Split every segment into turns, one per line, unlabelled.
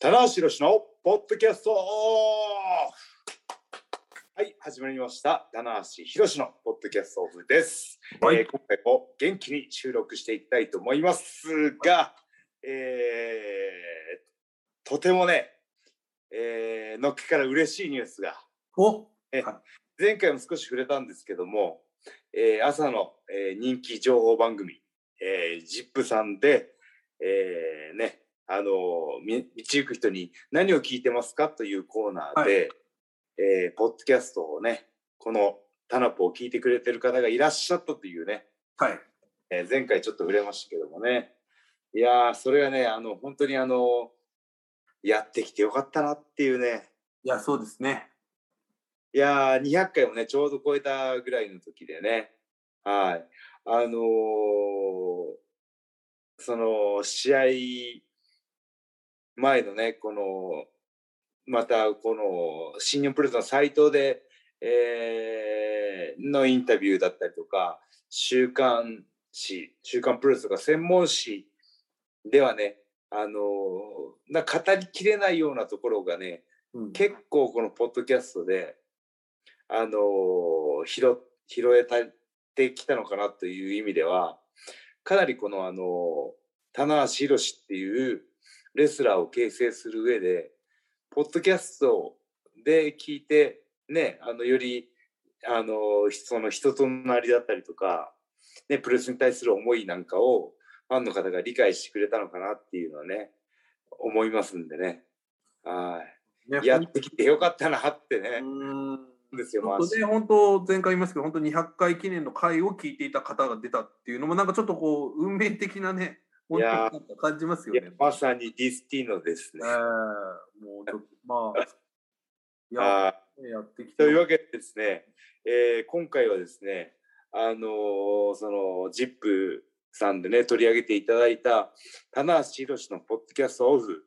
棚橋宏のポッドキャストはい始まりました棚橋宏のポッドキャストオフです、
はい
えー今回も元気に収録していきたいと思いますが、えーとてもね、えーのっけから嬉しいニュースが
お
前回も少し触れたんですけども、えー朝の、えー人気情報番組「えー ZIP!」さんで、えーねあのーみ道行く人に「何を聞いてますか?」というコーナーで、えーポッドキャストをねこのタナポを聞いてくれてる方がいらっしゃったというね、
はい。
えー前回ちょっと触れましたけどもねいやーそれはねあの本当にあのやってきてよかったなっていうね
いや、そうですね。
いやー、200回をね、ちょうど超えたぐらいの時でね、はい。あのーその、試合前のね、この、また、この、新日本プロレスのサイトで、えーのインタビューだったりとか、週刊誌、週刊プロレスとか専門誌ではね、あのーな語りきれないようなところがね、
うん
結構このポッドキャストで、あのー拾拾えたってきたのかなという意味ではかなりこの、あのー棚橋宏っていうレスラーを形成する上でポッドキャストで聞いてねあのより、あのーその人となりだったりとか、ね、プロレスに対する思いなんかをファンの方が理解してくれたのかなっていうのはね思いますんでね。はい
ね
やってきてよかったなってね
う。ーん
ですよ、まあ
本当ね、本当前回言いますけど、本当200回記念の回を聞いていた方が出たっていうのも、なんかちょっとこう、運命的なね、
い
本当に
や
な
ー
んか感じますよ
いや
ね。
まさにディスティーノです
え
ね。
ーもうちょっと、まあ、いや、
あー
ねやってきて
というわけでですね、えー今回はですね、あのーその、ジップさんでね、取り上げていただいた、棚橋宏のポッドキャストオフ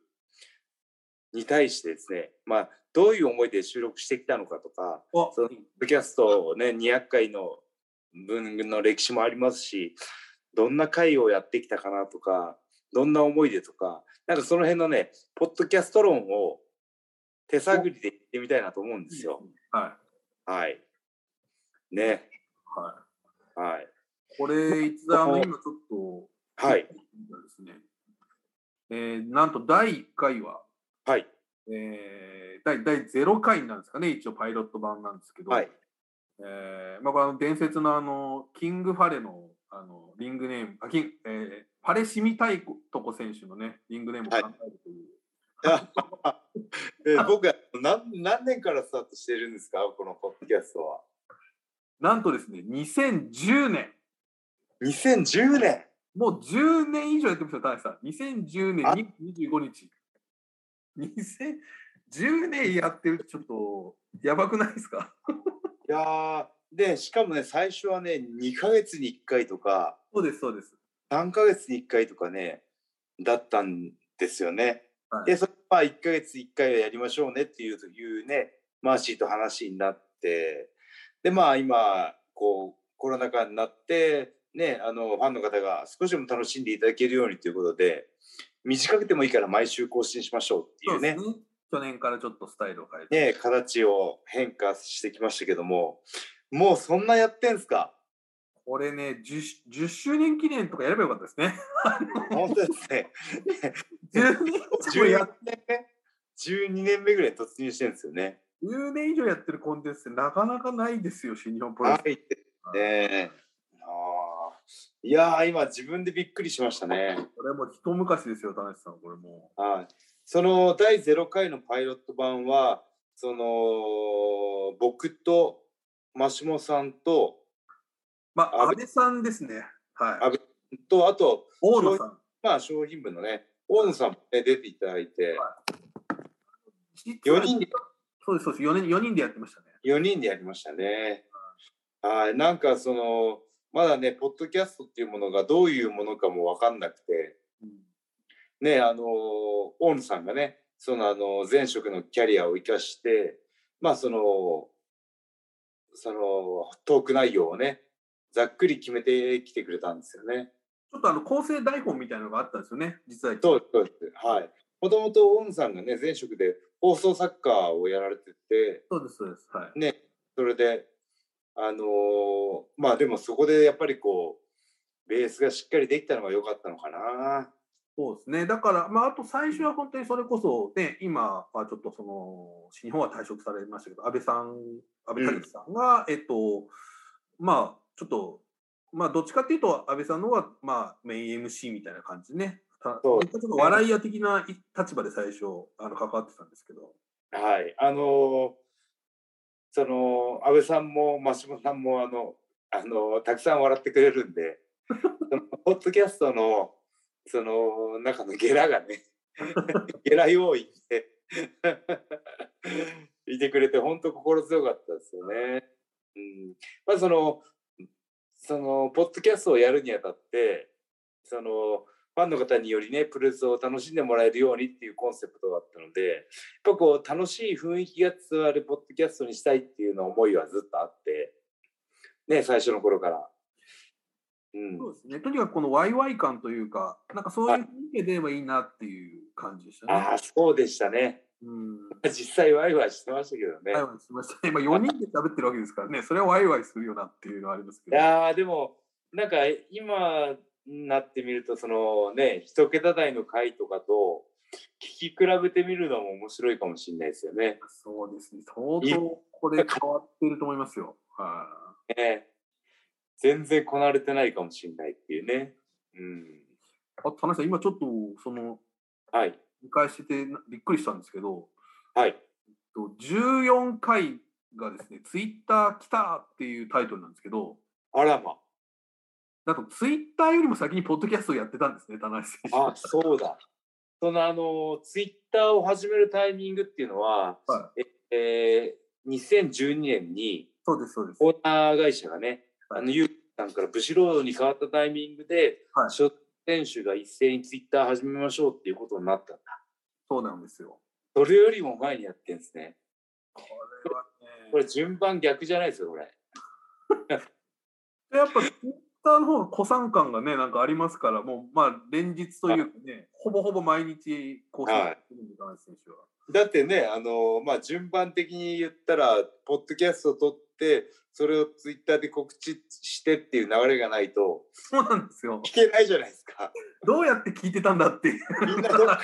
に対してですね、まあ、どういう思いで収録してきたのかとか、
あ
そのポッドキャストをね200回の分の歴史もありますしどんな回をやってきたかなとかどんな思い出とかなんかその辺のねポッドキャスト論を手探りで行ってみたいなと思うんですよ。
は
はい。ね。
い。は
はい。
い。これ、いつあの、今ちょっと、
はい。。
ですね。えーなんと第1回は、
はい。
えー第第0回になるんですかね、一応パイロット版なんですけど、
はい。
えーまあ、これあの伝説のあのキング・ファレのあのリングネーム、あキンえーパレシミタイトコ選手の、ね、リングネームを考えるという、
え僕は何何年からスタートしてるんですかこのポッドキャストは。
なんとですね、2010年、
2010年
もう10年以上やってますよ、田中さん。2010年に25日。2010年やってるってちょっとやばくないですか
いやーでしかもね最初はね2ヶ月に1回とか。
そうです、そうです。
3ヶ月に1回とかねだったんですよね。
はい
でそれまあ1ヶ月1回はやりましょうねっていうというねマーシーと話になってでまあ今こうコロナ禍になってねあのファンの方が少しでも楽しんでいただけるようにということで短くてもいいから毎週更新しましょうってい
そううで
ね
すね去年からちょっとスタイルを変え
ね
て。
形を変化してきましたけどももうそんなやってんすか
これね10、10周年記念とかやればよかったですね。
本当ですね
10年以上や
12年目12年目ぐらいに突入してるんですよね。
10年以上やってるコンテンツってなかなかないですよ、新日本プロレ
は
ス。
い。ねああ。いやー、今自分でびっくりしましたね。
これもう一昔ですよ、田中さん、これも
はい。その第0回のパイロット版は、その、僕と、マシモさんと、
う。まあ、
安
安倍さんですね。は
安
い。
倍と、あと、
大野さん。
まあ、商品部のね、大野さんも、ね、出ていただいて、
実は
4人で、
そうです、そうです。4人 ,4 人でやってましたね。
4人でやりましたね。はい。なんか、その、まだね、ポッドキャストっていうものがどういうものかもわかんなくて、ね、あの、大野さんがね、そのあの、前職のキャリアを生かして、まあその、その、トーク内容をね、ざっくり決めてきてくれたんですよね。
ちょっとあの構成台本みたいなのがあったんですよね、実は。
そうですそうです。はい。もともとオンさんがね、前職で放送作家をやられてて、
そうです、そうです。はい。
ね、それで、あのーまあでもそこでやっぱりこう、ベースがしっかりできたのが良かったのかな。
そうですね。だから、まあ、あと最初は本当にそれこそ、ね、今はちょっとその、新日本は退職されましたけど、安倍さん、安倍武さんが、えっと、まあ、ちょっと、まあ、どっちかっていうと、安倍さんの方が、まあ、メイン MC みたいな感じでね。た
そう
ちょっと笑い屋的な立場で最初、あの、関わってたんですけど。
はい、あのーその安倍さんも増本さんもあの、あのーたくさん笑ってくれるんでそのポッドキャストのその中のゲラがね ゲラ要員でいてくれて本当心強かったですよね。うんまあ、そのそのポッドキャストをやるにあたってそのファンの方によりねプロレスを楽しんでもらえるようにっていうコンセプトだったので、やっぱこう楽しい雰囲気が伝わるポッドキャストにしたいっていうの思いはずっとあってね最初の頃からうん
そうですね。とにかくこのワイワイ感というか、なんかそういう雰囲気で出ればいいなっていう感じでしたね。
ああそうでしたね
うん。
実際ワイワイしてましたけどね、
ワイワイしましたね。今4人で喋ってるわけですからね、それはワイワイするよなっていうのはありますけ
い
ど。
やーでもなんか今になってみるとそのね一桁台の回とかと聞き比べてみるのも面白いかもしれないですよね。
そうですね。相当これ変わってると思いますよ。は
ね全然こなれてないかもしれないっていうね。うん、
い。あと、田中さん、今ちょっと、その、
はい
見返しててなびっくりしたんですけど、
はい
と14回がですね、ツイッター来たっていうタイトルなんですけど、
あらま
なんとツイッターよりも先にポッドキャストをやってたんですね、田中選手。
あ、そうだ。そのあの、ツイッターを始めるタイミングっていうのは、
は
ええー2012年に
そうです、そうです。
オーナー会社がね、
はい
あの、ゆうさんからブシロードに変わったタイミングで、
はい
所属選手が一斉にツイッター始めましょうっていうことになったんだ。
そうなんですよ。
それよりも前にやってんですね。
これはね。
これ順番逆じゃないですよ、これ。
でやっぱツイッターの方が古参感がね、なんかありますから、もうまあ連日というかね、ほぼほぼ毎日更新してるんで、田中選手は。
だってね、あの、まあ、順番的に言ったら、ポッドキャストを撮って、それをツイッターで告知してっていう流れがないと、
そうなんですよ。
聞けないじゃないですか。
どうやって聞いてたんだっていう、
みんなどっ か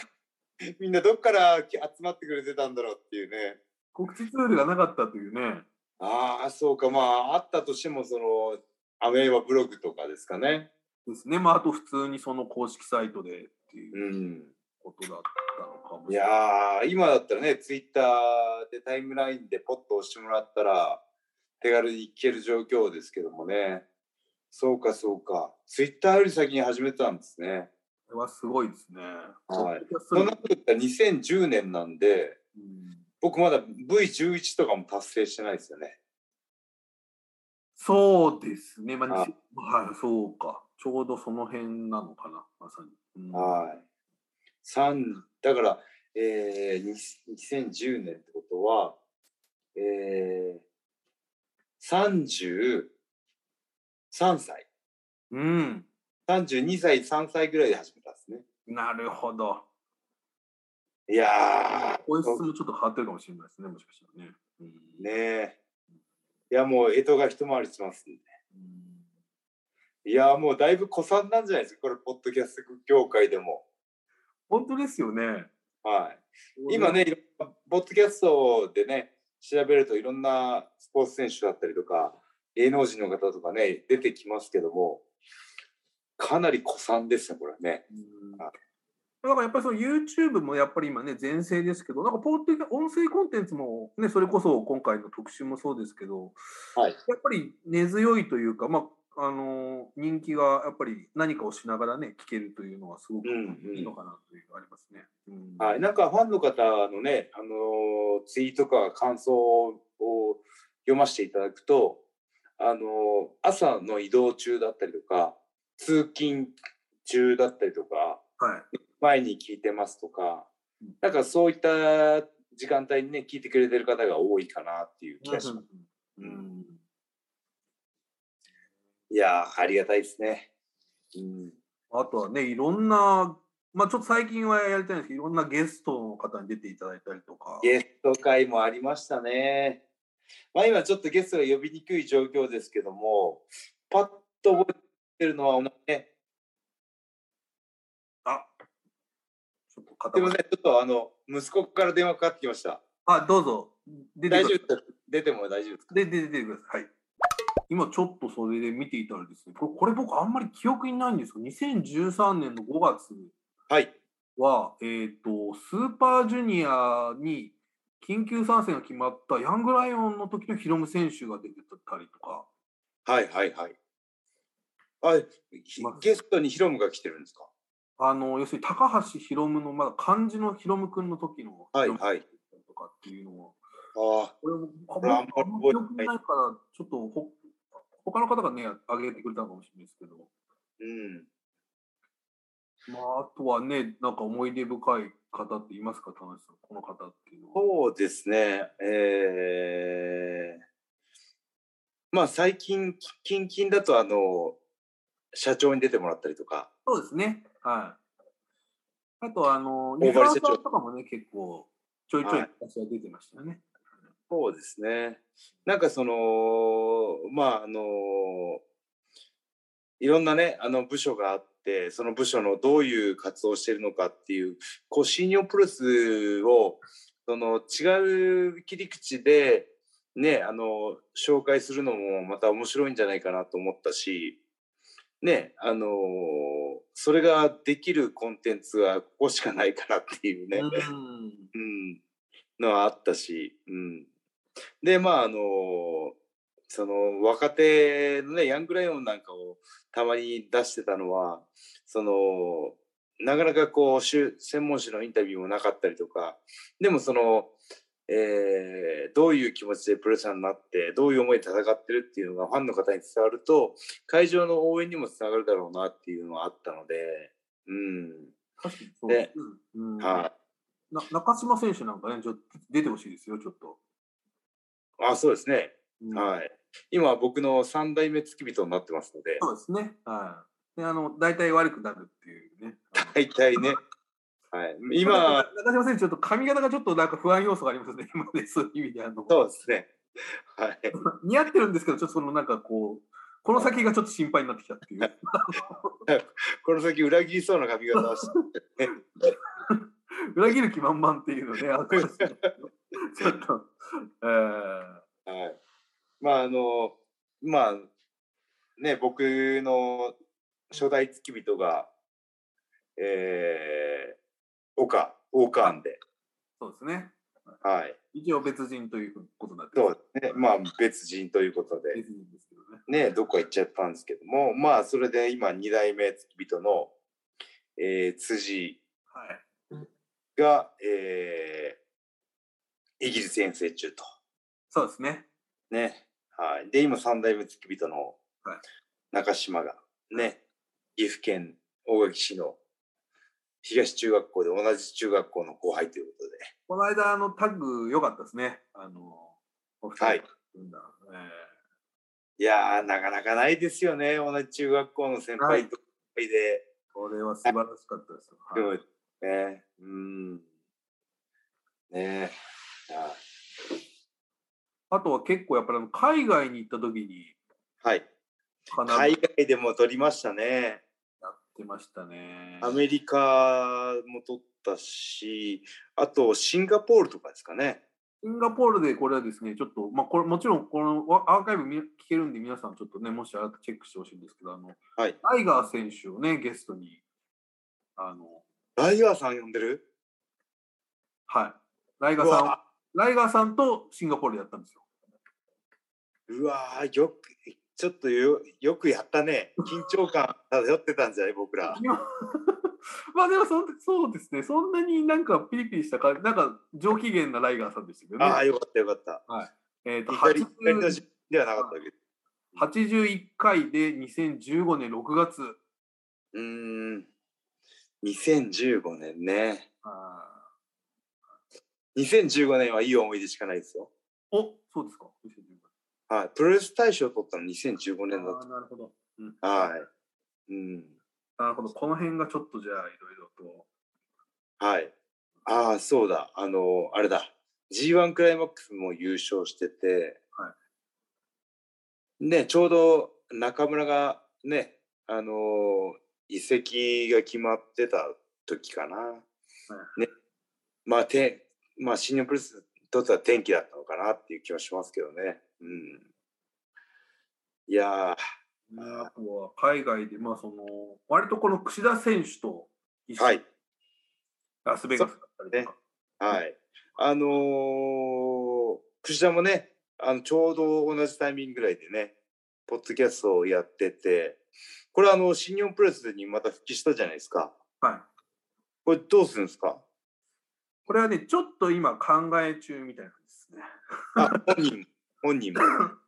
みんなどっから集まってくれてたんだろうっていうね。
告知ツールがなかったというね。
ああ、そうか。まあ、あったとしても、その、アメーバブログとかですかね。
ですね。まあ、あと普通にその公式サイトでっていう
うん。
ことだったのかも
い
しれない。
やー、今だったらね、ツイッターでタイムラインでポッと押してもらったら、手軽に聞ける状況ですけどもね。そうか、そうか。ツイッターより先に始めたんですね。
これはすごいですね。
はい
ポッドキャスト
そんなこと言ったら2010年なんで、
うん
僕まだ V11 とかも達成してないですよね。
そうですね。まあ、
は
にはい、そうか。ちょうどその辺なのかな、まさに。うん
はい。三だから、えー、に2010年ってことは、えー、33歳。
うん。
32歳、3歳ぐらいで始めたんですね。
なるほど。
いや
音質
ー、
もちょっと変わってるかもしれないですね、もしかしたらね。うん
ねえ。いや、もう、江戸が一回りしますんで。
うん
いやー、もうだいぶ古参なんじゃないですか、これ、ポッドキャスト業界でも。
本当ですよね。
はい。今ね、いろんなポッドキャストでね、調べるといろんなスポーツ選手だったりとか、芸能人の方とかね、出てきますけども、かなり古参ですね、これね。
うん。
あ
だからやっぱりその YouTube もやっぱり今ね、全盛ですけど、なんかポート音声コンテンツもね、それこそ今回の特集もそうですけど、
はい
やっぱり根強いというか、まあ、あのー人気がやっぱり何かをしながらね、聞けるというのはすごく
うんうん
いいのかなというのがありますね。うん
はい、なんかファンの方のね、あのーツイートとか感想を読ませていただくと、あのー朝の移動中だったりとか、通勤中だったりとか、
はい
前に聞いてますとか
うん、
なんかそういった時間帯にね、聞いてくれてる方が多いかなっていう気がします。
うんうん
いやー、ありがたいですね。うん、
あとはね、いろんな、まあちょっと最近はやりたいんですけど、いろんなゲストの方に出ていただいたりとか。
ゲスト会もありましたね。まあ、今ちょっとゲストが呼びにくい状況ですけども、パッと覚えてるのは、ね、
あちょっと
す
固
み
ま
ま
っ
せん、ちょっとあの息子から電話かかってきました。
あ、どうぞ。出て
大
く
丈
だ
夫です出ても大丈夫ですか
で、出てください。はい。今ちょっとそれで見ていたらですね、これこれ僕あんまり記憶にないんですけど、2013年の5月
はい。
は、えー、とスーパージュニアに緊急参戦が決まったヤングライオンの時のヒロム選手が出てたりとか、
はいはいはい。あひ
まあ
ゲストにヒロムが来てるんですか
あの要するに高橋ヒロムのまだ漢字のヒロム君の時のヒ
はい
ロム
はい。
とかっていうのは、
あ
これもあん
れはあ
ま
ん
り
まり覚えてない
記憶にないから、ちょっとほ他の方がね、挙げてくれたのかもしれないですけど、
うん。
まあ、あとはね、なんか思い出深い方っていますか、田中さん、この方っていうのは。
そうですね。えー、まあ最近、近々だとあの、社長に出てもらったりとか、
そうですね。はい。あと、あの、
大
西
森
原
社
さん
長
とかもね、結構、ちょいちょい私は出てましたよね。
そうですね。なんかその、まああの、いろんなね、あの部署があって、その部署のどういう活動をしているのかっていう、こう、信用プロレスを、その違う切り口で、ね、あの、紹介するのもまた面白いんじゃないかなと思ったし、ね、あのそれができるコンテンツはここしかないかなっていうね。
うん。
うん、のはあったし、うん、でまああのその若手のねヤングライオンなんかをたまに出してたのはそのなかなかこうしゅ専門誌のインタビューもなかったりとかでもその、えーどういう気持ちでプロレスラーになってどういう思いで戦ってるっていうのがファンの方に伝わると会場の応援にもつながるだろうなっていうのはあったので、う
確かにそう
で
うん
ん、はい。
な中島選手なんかね、ちょっと出てほしいですよ、ちょっと。
あ、そうですね。
うん
はい。今僕の三代目付き人になってますので、
そうですね。はい。で、あの、大体悪くなるっていうね。
大体ね。はい。
な
今、
中島選手、ちょっと髪型がちょっとなんか不安要素がありますね、今ね、そういう意味で。あの
そうですね。はい。
似合ってるんですけど、ちょっとそのなんかこう、この先がちょっと心配になってきたっていう。
この先裏切りそうな髪型をして、
裏切る気満々っていう のね、あそうですねちょっと、えー、
はい。まああの、まあ、ね、僕の初代付き人が、えー、岡、大川で、
そうですね。
はい。
一応別人ということになって
そ
ます
うですね。まあ別人ということで。
別人ですけどね。
ね、どっか行っちゃったんですけども、まあ、それで今、2代目付き人の、えー辻
はい。
が、えーイギリス遠征中と。
そうですね。
ね。はい。で、今、3代目付き人の
はい
中島が、ね、岐阜県大垣市の東中学校で同じ中学校の後輩ということで。
この間、あの、タッグ良かったですね。あの、お二人
はい
組んだ。え
いやー、なかなかないですよね。同じ中学校の先輩と後輩で。
ーこれは素晴らしかったです。
でも
はい
ね、うん。ねえ。はい
あとは結構やっぱりあの海外に行った時に、
はい。
必ずや
海外でも取りましたね。
ってましたね。
アメリカも取ったし、あとシンガポールとかですかね。
シンガポールでこれはですね、ちょっと、まあ、これもちろんこのわアーカイブ見聞けるんで、皆さんちょっとね、もしあなたチェックしてほしいんですけど、あの、
はい
タイガー選手をね、ゲストに、あの、
ライガーさん呼んでる
はい、ライ
う
ガーさんを
わ、
ライガーさんとシンガポールでやったんですよ。
うわーよく、ちょっとよよくやったね。緊張感漂ってたんじゃない僕ら。
今まあでもそん、そうですね、そんなになんかピリピリしたか、なんか上機嫌なライガーさんでしたけど
ああ、
ね。
よかったよかった。
えーと
左左の
80
陣ではなかったわけど。
81回で2015年6月。
うーん。2015年ね。
あー
2015年はいい思い出しかないですよ。
おそうですか。
はい。プロレス大賞取ったの2015
あ
年だった
ーなるほど。
はい。うん。
なるほど。この辺がちょっとじゃあ、いろいろと。
はい。ああ、そうだ。あの、あれだ。G1 クライマックスも優勝してて、
は
ね、ちょうど中村がね、あの移籍が決まってた時かな。ね。まあ、て、まあ、新日本プロレスにとっては天気だったのかなっていう気はしますけどね。うん。いやー、
ねあとは、海外で、まあ、その、割とこの櫛田選手と一緒、
はい。
ラスベガスだったりとか。
はい。あのー、櫛田もね、あのちょうど同じタイミングぐらいでね、ポッドキャストをやってて、これあの、新日本プロレスにまた復帰したじゃないですか。
はい。
これどうするんですか
これはね、ちょっと今考え中みたいなんですね。
あ、本人も、本人も。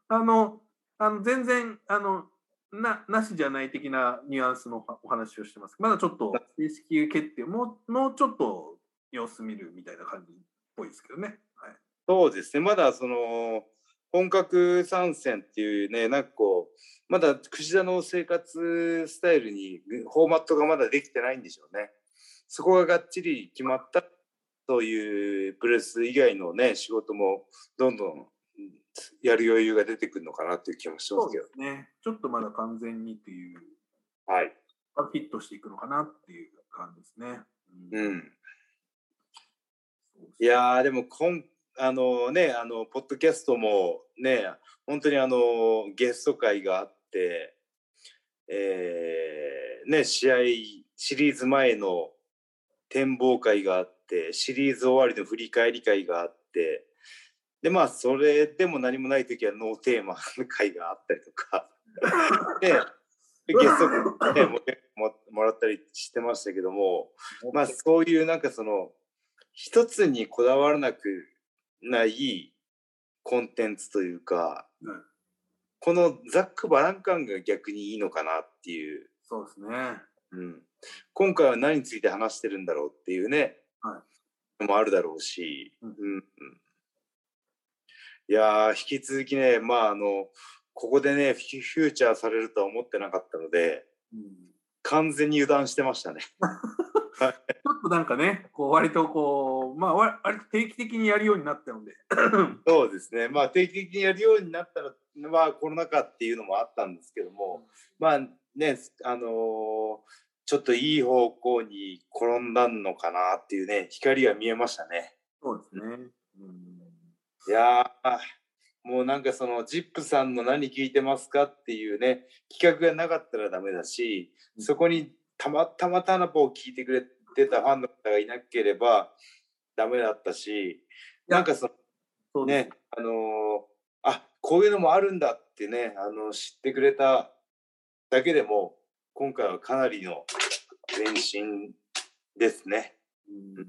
あの、あの全然、あの、な、なしじゃない的なニュアンスのおお話をしてます。まだちょっと正式決定も、もうちょっと様子見るみたいな感じっぽいですけどね。はい。
そうですね、まだその、本格参戦っていうね、なんかこう、まだ櫛田の生活スタイルに、フォーマットがまだできてないんでしょうね。そこががっちり決まった、そういうプロレス以外のね、仕事もどんどんうんやる余裕が出てくるのかなっていう気もしますけど。
すね。ちょっとまだ完全にという、
はい。
フィットしていくのかなっていう感じですね。。
うんん。いやーでもこんあのねあのポッドキャストもね本当にあのゲスト会があってえーね試合シリーズ前の展望会があってシリーズ終わりの振り返り会があってでまあそれでも何もない時はノーテーマの会があったりとかでゲスト会ねももらったりしてましたけどもまあそういうなんかその一つにこだわらなくないコンテンツというか、
うん
このざっくばらん感が逆にいいのかなっていう、
そうですね。
うん、今回は何について話してるんだろうっていうね、
は
のもあるだろうし、
うん
うんうんいやー引き続きねまああのここでねフィフューチャーされるとは思ってなかったので
うん
完全に油断してましたね。
ちょっとなんかね、こう割とこう、まあ、わ割と定期的にやるようになったので、
そうですね、まあ、定期的にやるようになったら、まあ、コロナ禍っていうのもあったんですけども、まあね、あのーちょっといい方向に転んだのかなっていうね、光が見えましたね。
そうですね。うん
いやーもうなんかそのジップさんの何聞いてますかっていうね企画がなかったらダメだしそこにたまたまタナポを聞いてくれてたファンの方がいなければダメだったしなんかその
そう
ね、
です
あのーあこういうのもあるんだってね、あの知ってくれただけでも今回はかなりの前進ですね。
うん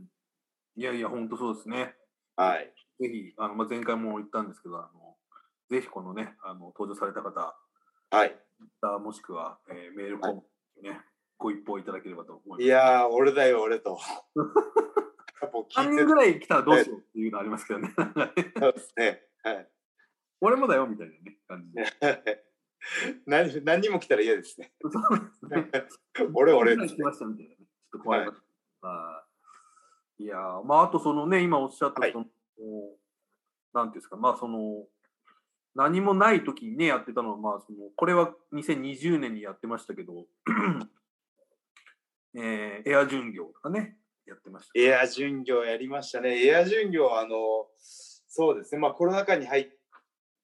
いやいや、本当そうですね。
はい、
ぜひ、あのまあ、前回も言ったんですけど、あのぜひこのね、あの登場された方、
はい、
Twitter もしくは、えーメールフォームにね、ご一報いただければと思います。
いやー俺だよ俺と。やっぱ
3
聞いて
人ぐらい来たらどうしようっていうのありますけどね。 なんかね
たんですね。はい
俺もだよみたいなね、感じで。
何何人も来たら嫌ですね。
そうですね
俺俺。
来ましたみたいなね。ちょっと怖い。はい、いやーまあ、あとそのね、今おっしゃった
はい
その、なんていうんですか、まあその、何もない時にね、やってたのは、まあその、これは2020年にやってましたけど、 えーエア巡業とかね、やってました。
エア巡業やりましたね。エア巡業はあのそうですね。まあコロナ禍に入っ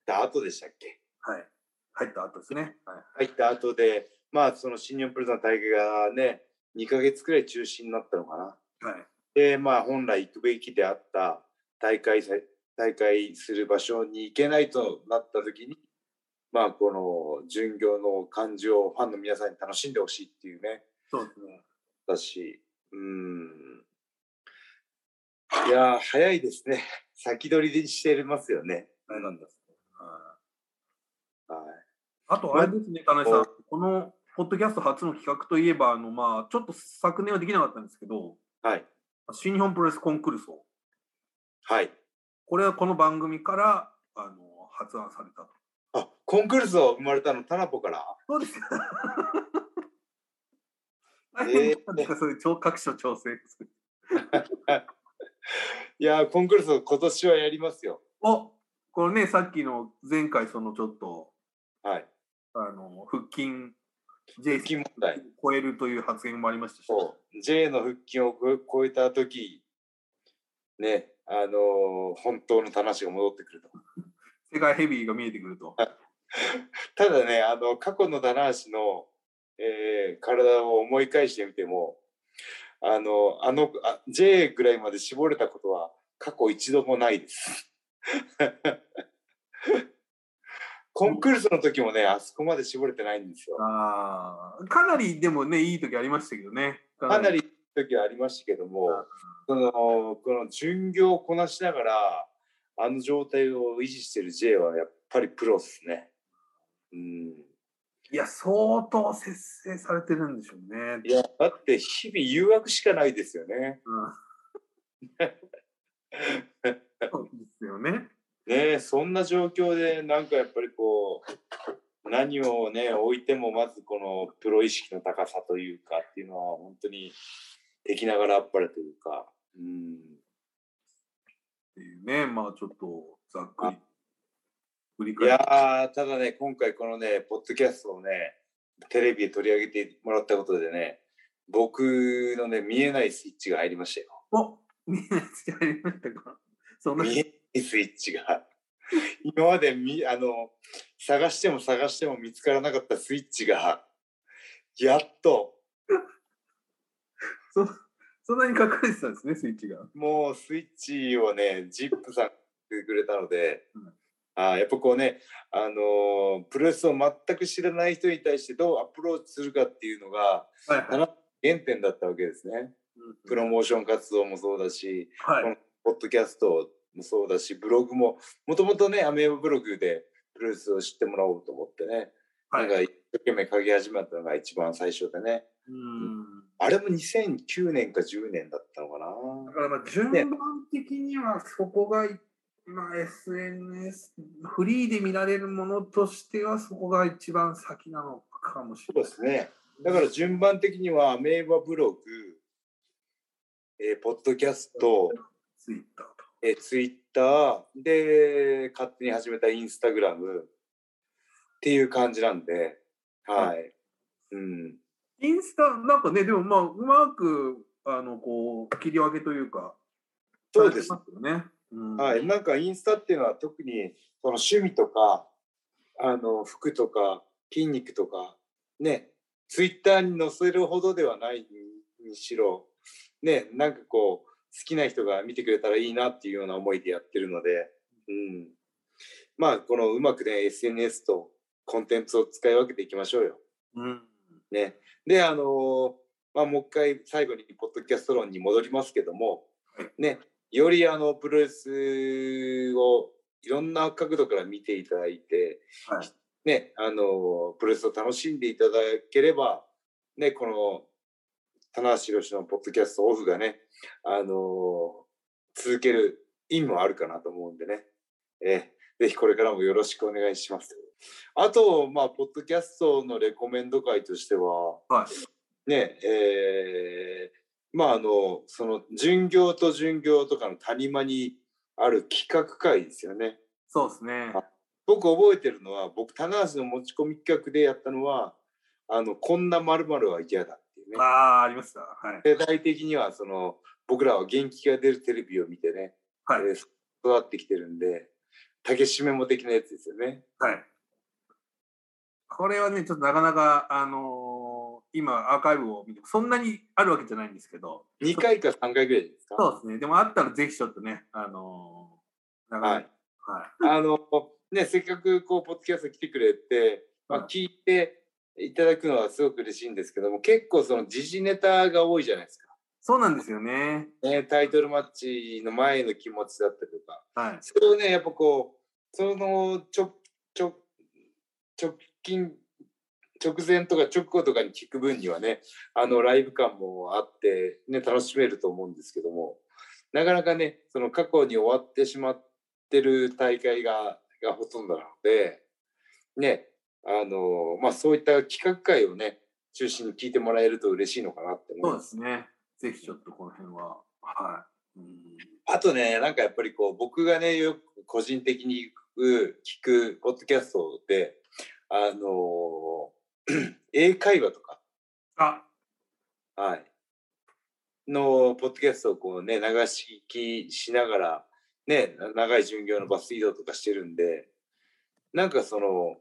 た後でしたっけ。
はい。入った後ですね。は
入
い。
った後で、まあ、その新日本プロレスの大会がね、2ヶ月くらい中止になったのかな。
はい。
で、まあ、本来行くべきであった大会さ、大会する場所に行けないとなった時に、まあ、この巡業の感じをファンの皆さんに楽しんでほしいっていうね、
そうですね。
だし、うん。いやー、早いですね。先取りでしてますよね。
大変です。は
は
い
い。
あと、あれですね、田中さん、このポッドキャスト初の企画といえば、あのまあ、ちょっと昨年はできなかったんですけど、
はい。
新日本プロレスコンクルールソ
はい。
これはこの番組からあの発案されたと。
あ、コンクルールを生まれたの、タナポから。
そうですよ。大変だったんですか、そういう超各所調整する。
いやーコンクールス今年はやりますよ。
おこれね、さっきの前回、そのちょっと、
はい。
あの、腹筋、J
腹筋問題。
超えるという発言もありましたし、
そう。J の腹筋を超えた時ね、あのー本当の話が戻ってくると。
世界ヘビーが見えてくると。
ただね、あの、過去の棚橋の、えー体を思い返してみても、あの、あの、あ J ぐらいまで絞れたことは過去一度もないです。 コンクールスの時もね、あそこまで絞れてないんですよ。
あーかなりでもね、いい時ありましたけどね。
かなり時はありましたけども、その、この巡業をこなしながら、あの状態を維持してる J はやっぱりプロですね。うん。
いや、相当節制されてるんでしょうね。
いや、だって日々誘惑しかないですよね。
うん、そうですよね。
ねえそんな状況でなんかやっぱりこう何をね置いてもまずこのプロ意識の高さというかっていうのは本当にできながらあっぱれというか、うん、
っていうね、まあちょっとざっくり振り
い
返
や
って。
ーただね今回このねポッドキャストをねテレビで取り上げてもらったことでね僕のね見えないスイッチが入りましたよ
お見えない月ありましたかそんな
見えないスイッチが 今までみあの探しても探しても見つからなかったスイッチがやっと
そんなに隠れてたんですね、スイッチが。
もうスイッチをね、ジップさんが言ってくれたので、
うん
あーやっぱこうね、あのープロレスを全く知らない人に対してどうアプローチするかっていうのが、
はい
あ
はい。
なたの原点だったわけですね。プロモーション活動もそうだし、
はい。
ポッドキャストもそうだし、ブログも、もともとね、アメーバブログでプロレスを知ってもらおうと思ってね、
は
なんか
い。
一生懸命書き始めたのが一番最初でね、
うん。
あれも2009年か10年だったのかな。
だからまあ順番的にはそこが、まあ、SNS フリーで見られるものとしてはそこが一番先なのかもし
そう
れ
で
ない。
すね。だから順番的には、名馬ブログ、えーポッドキャスト、
ツイッターと。
えー、ツイッター、で、勝手に始めたインスタグラムっていう感じなんで、はい。うん。
インスタなんかねでもまあうまくあのこう切り分けというか
そうです
さ。れてますよね。うん
はい。なんかインスタっていうのは特に、その趣味とか、あの、服とか、筋肉とか、ね、ツイッターに載せるほどではないにしろ、ね、なんかこう、好きな人が見てくれたらいいなっていうような思いでやってるので、うん。まあ、このうまくね、SNS とコンテンツを使い分けていきましょうよ。
うん
ね。で、あのーまあ、もう一回最後にポッドキャスト論に戻りますけども、ね、よりあの、プロレスをいろんな角度から見ていただいて、
はい
ね、あのープロレスを楽しんでいただければ、ね、この、棚橋宏のポッドキャストオフがね、あのー続ける意味もあるかなと思うんでね、えーぜひこれからもよろしくお願いします。あと、まあ、ポッドキャストのレコメンド会としては、
はい
ね、えーまあ、あの、その、巡業と巡業とかの谷間にある企画会ですよね。
そうですね。
僕覚えてるのは、僕、棚橋の持ち込み企画でやったのは、あの、こんな〇〇は嫌だっていうね
あ。あありました。はい
世代的には、その、僕らは元気が出るテレビを見てね、
はい
えー育ってきてるんで、竹締めも的なやつですよね。
はい。これはねちょっとなかなかあのー今アーカイブを見てもそんなにあるわけじゃないんですけど
2回か3回ぐらいですか
そうですねでもあったらぜひちょっとねあのーなかなかはい
あの、ね、せっかくこう、ポッドキャスト来てくれて、ま
は
あ、
い
聞いていただくのはすごく嬉しいんですけども、結構その時事ネタが多いじゃないですか。
そうなんですよね。
ね、タイトルマッチの前の気持ちだったりとか、
はい
それをね、やっぱこう、その、ちょ、ちょ、直近、直前とか直後とかに聞く分にはね、あの、ライブ感もあって、ね、楽しめると思うんですけども、なかなかね、その過去に終わってしまってる大会が、がほとんどなので、ね、あの、まあ、そういった企画会をね、中心に聞いてもらえると嬉しいのかなって思い
そう
ま。
ですすね。ぜひちょっとこの辺は、はい。うん
あとね、なんかやっぱりこう、僕がね、よく個人的に聞く、聞くポッドキャストで、あのー 英会話とか、
あ、
はい、のポッドキャストをこうね、流し聞きしながら、ね、長い巡業のバス移動とかしてるんで、なんかその、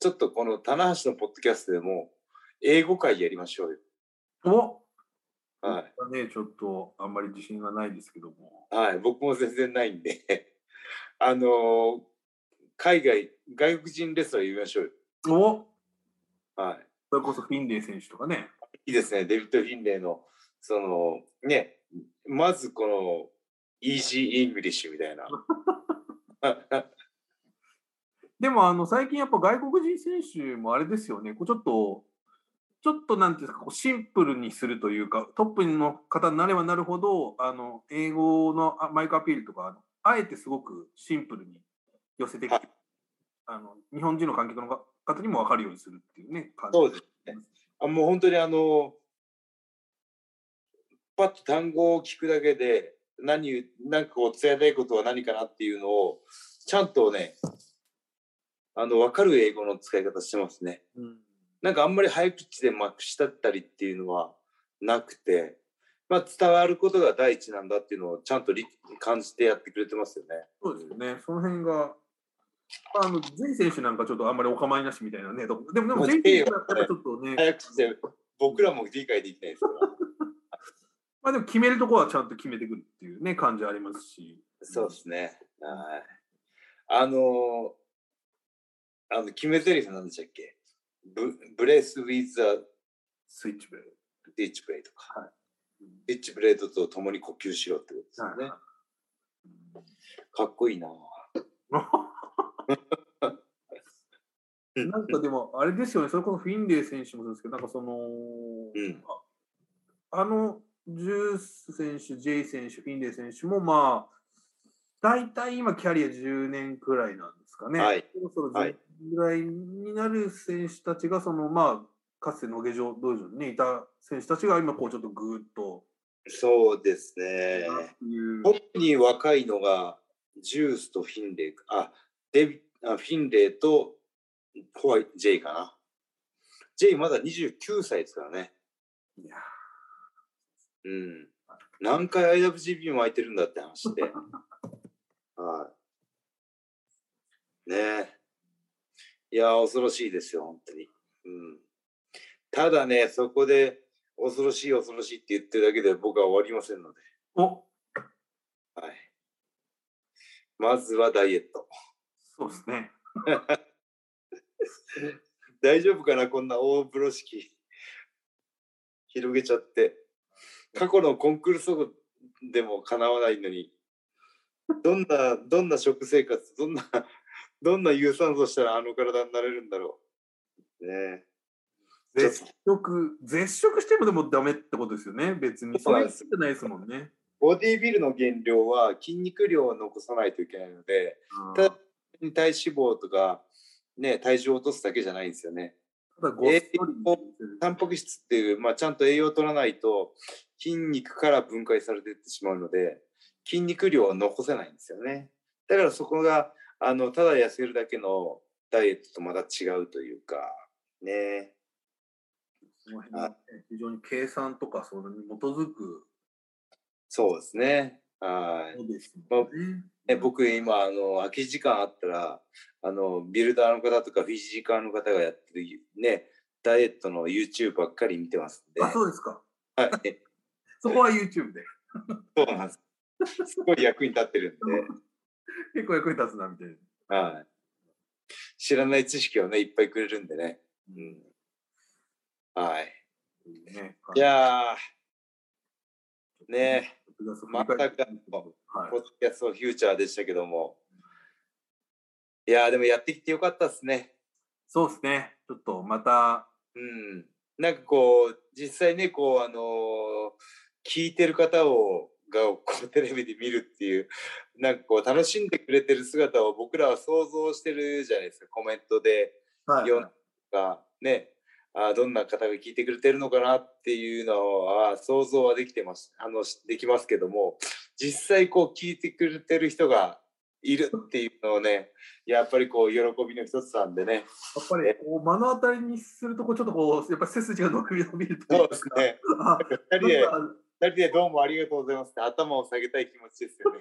ちょっとこの棚橋のポッドキャストでも、英語会やりましょうよ。
お
はい。
ね、ちょっとあんまり自信がないですけども。
はい、僕も全然ないんで、 あのー海外、外国人レストラン呼びましょうよ。
お
は
それこそフィンレイ選手とかね。
い。いいですね、デビッド・フィンレイの、その、ね、まずこの、イージー・イングリッシュみたいな。
でもあの最近やっぱ外国人選手もあれですよね、こうちょっと、ちょっとなんていうんですか、こうシンプルにするというか、トップの方になればなるほど、あの英語のあマイクアピールとか、あのあえてすごくシンプルに寄せてき
はい
て、あの日本人の観客の方にも分かるようにするっていうね、感じ
そうですね。あもう本当にあの、パッと単語を聞くだけで、何言う、なんかこう伝えたいことは何かなっていうのを、ちゃんとね、あの、わかる英語の使い方してますね。
うん
なんかあんまり早口でまくしだったりっていうのはなくて、まあ、伝わることが第一なんだっていうのをちゃんと理感じてやってくれてますよね。
そうですよね、その辺が。あの全選手なんかちょっとあんまりお構いなしみたいなね、どでもでも全選手だったらちょっとね、
早口で僕らも理解できないですから。
まあでも決めるとこはちゃんと決めてくるっていうね、感じありますし。
そうですね。はい。あのー、あの、決め台詞なんでしたっけブブレス・ウィズ・ザ・
スイッチベル。
ディッチ・ブレイドか。
は
ディッチ・ブレイドと共に呼吸しろってことですよね。かっこいいな
なんかでも、あれですよね、それこそフィンレイ選手もそうですけど、なんかその、
うん。
あの、ジュース選手、ジェイ選手、フィンレイ選手も、まあ、大体今、キャリア10年くらいなんですかね。
はい
そろそろ10年ぐらいになる選手たちが、その、まあ、かつての下場道場にね、いた選手たちが今、こう、ちょっとぐーっと、
そうですね。
なっていう
特に若いのがジュースとフィンレイかあデビあフィンレイとホワイジェイかなジェイまだ29歳ですからね
いや
うん何回 IWGP も空いてるんだって話ではいねえいや恐ろしいですよ本当にうんただねそこで恐ろしい恐ろしいって言ってるだけで僕は終わりませんので
お
はいまずはダイエット
そうですね。
大丈夫かなこんな大風呂敷広げちゃって過去のコンクールソングでもかなわないのにどんなどんな食生活どんなどんな有酸素したらあの体になれるんだろうねえ
絶食、絶食してもでもダメってことですよね、別に。
そう
そ
な
れ
ん
じ
です
ゃないですもんね。
ボディービルの減量は筋肉量を残さないといけないのでただ体脂肪とか、ね、体重を落とすだけじゃないんですよね
ただごっそり
タンパク質っていう、まあ、ちゃんと栄養を取らないと筋肉から分解されていってしまうので筋肉量を残せないんですよねだからそこがあのただ痩せるだけのダイエットとまた違うというかね
その辺はね非常に計算とかそれに基づく
そうですねはい
のですもんね。
え僕今あの空き時間あったらあのビルダーの方とかフィジカーの方がやってるねダイエットの YouTube ばっかり見てますんで、
あ、そうですか。
はい、
そこは YouTube で。
そうなんですすごい役に立ってるんで
結構役に立つなみたいな。
はい。知らない知識をね、いっぱいくれるんでね。うん。はい。
ね、
いやー、ね
また
全く
は
え、
い
ポッドキャストフューチャーでしたけども。いやー、でもやってきてよかったですね。
そうですね。ちょっとまた、
うん。なんかこう、実際ね、こう、あのー聞いてる方を、がこうテレビで見るっていう、なんかこう、楽しんでくれてる姿を僕らは想像してるじゃないですか、コメントで。
はい
よがねあーどんな方が聞いてくれてるのかなっていうのは想像はできてますあのしできますけども実際こう聞いてくれてる人がいるっていうのをねやっぱりこう喜びの一つなんでね
やっぱりこう目の当たりにするとこうちょっとこうやっぱり背筋が伸び伸びるとい
そううですね
か
二人で
なんか
二人でどうもありがとうございますって頭を下げたい気持ちですよね。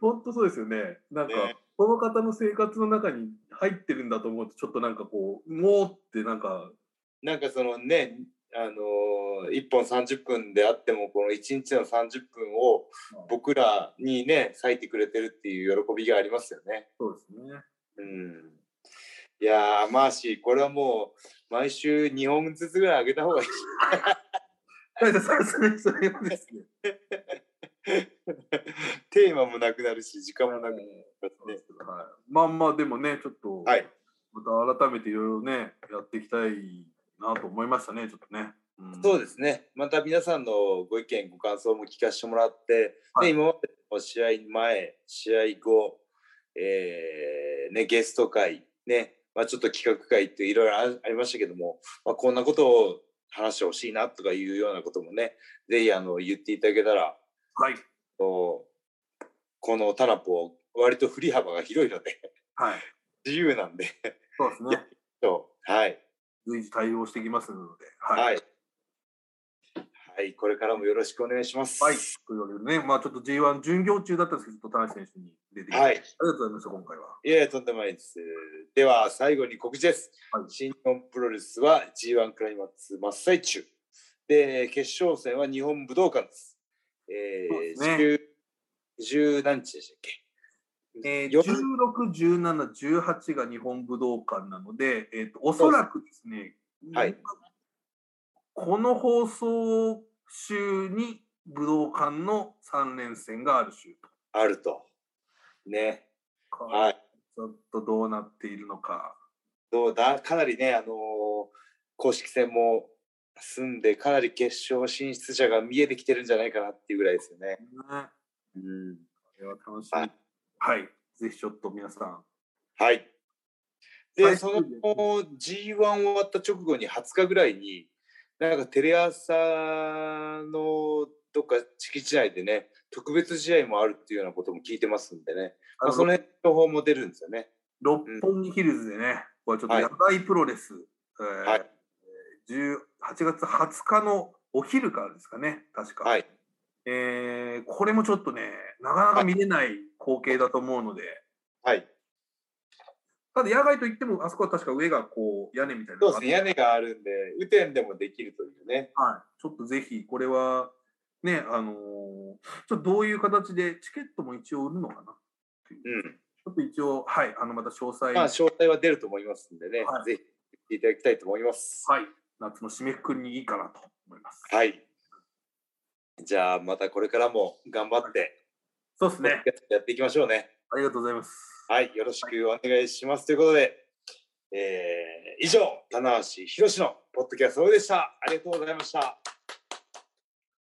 本当そうですよねなんか、
ね
この方の生活の中に入ってるんだと思うとちょっとなんかこうもうってなんか
なんかそのね、あのー、1本30分であってもこの1日の30分を僕らにね割いてくれてるっていう喜びがありますよね。
そうですね
うん、いやーマーシーこれはもう毎週2本ずつぐらい上げた方がいい。
大体それそれそれはですね
テーマもなくなるし時間もなくなる
そう
し、
で
ね
すけどはい、まあまあでもねちょっと、
はい
また改めていろいろねやっていきたいなと思いましたねちょっとね、ん
そうですねまた皆さんのご意見ご感想も聞かせてもらって、
はい
で今までの試合前試合後、えーね、ゲスト会、ねまあ、ちょっと企画会っていろいろあありましたけども、まあ、こんなことを話してほしいなとかいうようなこともねぜひあの言っていただけたら
はい
とこのタラポ割と振り幅が広いので
はい
自由なんで
そうです
い
ね
やそうはい。
随時対応していきますのではい、
はい。はい、これからもよろしくお願いします。
はい、というわけでね、まあ、ちょっと G1 巡業中だったんですけど、ちょっと田中選手に出てきて、
は
あり
い。
がとうございました、今回は。
いえ、とんでもないです。では、最後に告知です。
はい
新日本プロレスは G1 クライマックス真っ最中。で、決勝戦は日本武道館です。
そう
え
ですね
ー、十、十何日でしたっけ
えー、
よ
16、17、18が日本武道館なので、えー、とおそらくですね、
はい
この放送週に武道館の3連戦がある週と
あると。ね。
か、
はい。
ちょっとどうなっているのか。
どうだかなりね、あのー公式戦も済んで、かなり決勝進出者が見えてきてるんじゃないかなっていうぐらいですよね。
ね、
うん
これは楽しみ。
は
はい
い、
ぜひちょっと皆さん、
はい。で、
はい
その G1 終わった直後に20日ぐらいに、なんかテレ朝のどっか敷地内でね、特別試合もあるっていうようなことも聞いてますんでね、まあ、
あの
その辺の情報も出るんですよね。
六本木ヒルズでね、これちょっと
はい
野外プロレス、えー
はい
10 8月20日のお昼からですかね、確か。
はい。
えーこれもちょっとね、なかなか見れない光景だと思うので、
はい。
ただ野外といっても、あそこは確か上がこう屋根みたいな
そ
の
うです
があって
ね、屋根があるんで、雨天でもできるというね。
はい、ちょっとぜひ、これはね、あのーちょっとどういう形で、チケットも一応売るのかな。
うん。
ちょっと一応、はい、あのまた詳細、
まあ、詳細は出ると思いますんでね、
はい
ぜひ、いただきたいと思います。
はい、夏の締めくくりにいいかなと思います。
はい。じゃあ、またこれからも頑張って、
そうですね、
やっていきましょうね。
ありがとうございます。
はい、よろしくお願いします。ということで、えー以上、棚橋宏のポッドキャストでした。ありがとうございました。